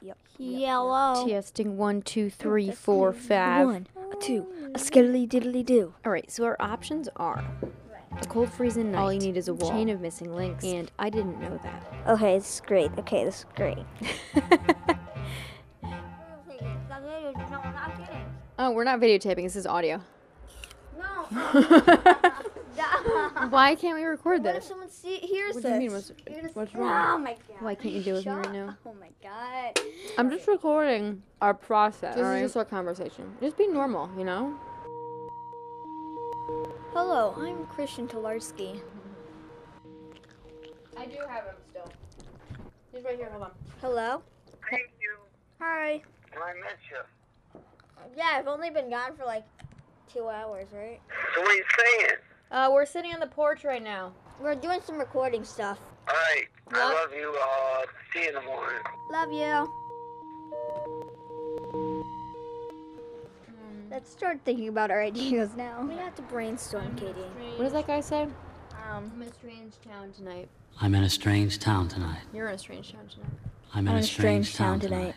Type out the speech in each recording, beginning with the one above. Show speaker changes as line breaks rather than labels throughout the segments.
Yep.
Oh.
Yellow.
Testing one, two, three, four, five.
One, a two, a skiddly diddly do.
All right, so our options are a cold freezing night. All you need is a wall. Chain of missing links, and I didn't know that.
Okay, this is great. Okay, this is great.
Oh, we're not videotaping. This is audio.
No.
Why can't we record
What if
this?
someone see, hears
What do
this?
you mean? What's,
You're gonna
what's
say,
wrong?
Oh my god.
Why can't you do it with me right
Shut-
now?
Oh my god.
I'm just recording our process.
This
all right?
is just our conversation. Just be normal, you know?
Hello, I'm Christian Tolarski.
I do have him still. He's right here. Hold on.
Hello?
Thank you.
Hi.
Well, I miss you.
Yeah, I've only been gone for like two hours, right?
So what are you saying?
Uh, we're sitting on the porch right now.
We're doing some recording stuff.
All right.
Love-
I love you. Uh, see you in the morning.
Love you.
Hmm.
Let's start thinking about our ideas now.
We have to brainstorm, Katie.
What does that guy say?
Um,
I'm in a strange town tonight.
I'm in a strange town tonight.
You're in a strange town tonight.
I'm in a strange, town, tonight.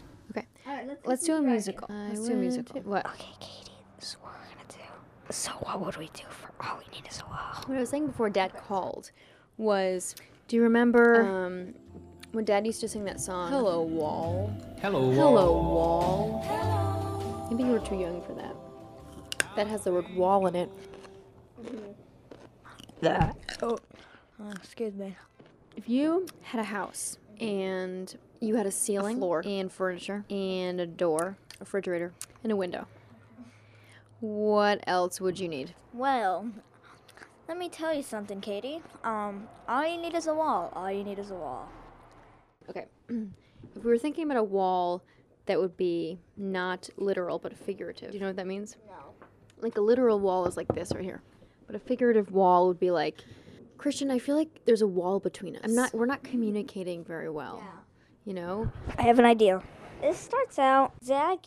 Let's do a musical. Let's do a musical. What?
Okay, Katie, this is what we're gonna do. So what would we do for all we need is a wall?
What I was saying before Dad called was, do you remember um, when Dad used to sing that song? Hello wall.
Hello.
Hello wall. Maybe you were too young for that. That has the word wall in it.
Oh, excuse me.
If you had a house and you had a ceiling, floor, and furniture, and a door, a refrigerator, and a window, what else would you need?
Well, let me tell you something, Katie. Um, all you need is a wall. All you need is a wall.
Okay. If we were thinking about a wall that would be not literal but figurative, do you know what that means? No. Like a literal wall is like this right here, but a figurative wall would be like, Christian, I feel like there's a wall between us. I'm not. We're not communicating very well. You know.
I have an idea. This starts out Zach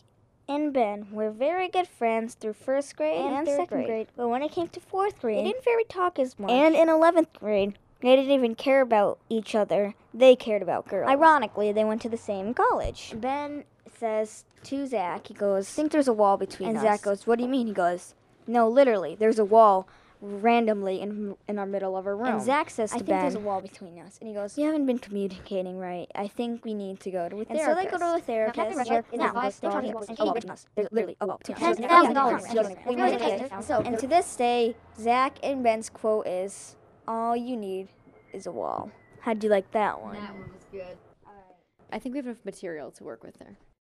and Ben were very good friends through first grade and, second grade. But when it came to fourth grade, they didn't very talk as much. And in eleventh grade, they didn't even care about each other. They cared about girls. Ironically, they went to the same college. Ben says to Zach, he goes, "Think there's a wall between us." And Zach goes, "What do you mean?" He goes, "No, literally, there's a wall." Randomly in in our middle of a room. And Zach says to I think there's a wall between us. And he goes, "You haven't been communicating right. I think we need to go to a therapist." And so they go to a therapist.
Now, Catherine Rush is advised
they're
to
talking
talk
about
to
a
people
wall
between
between us. There's literally oh, a wall between us.
Oh, Ten
There's
thousand
a wall
dollars.
between us.
Yes.
We
Yes.
really
Yes.
can't.
Yes.
So, and to this day, Zach and Ben's quote is, "All you need is a wall." How'd you like that one?
I think we have enough material to work with there.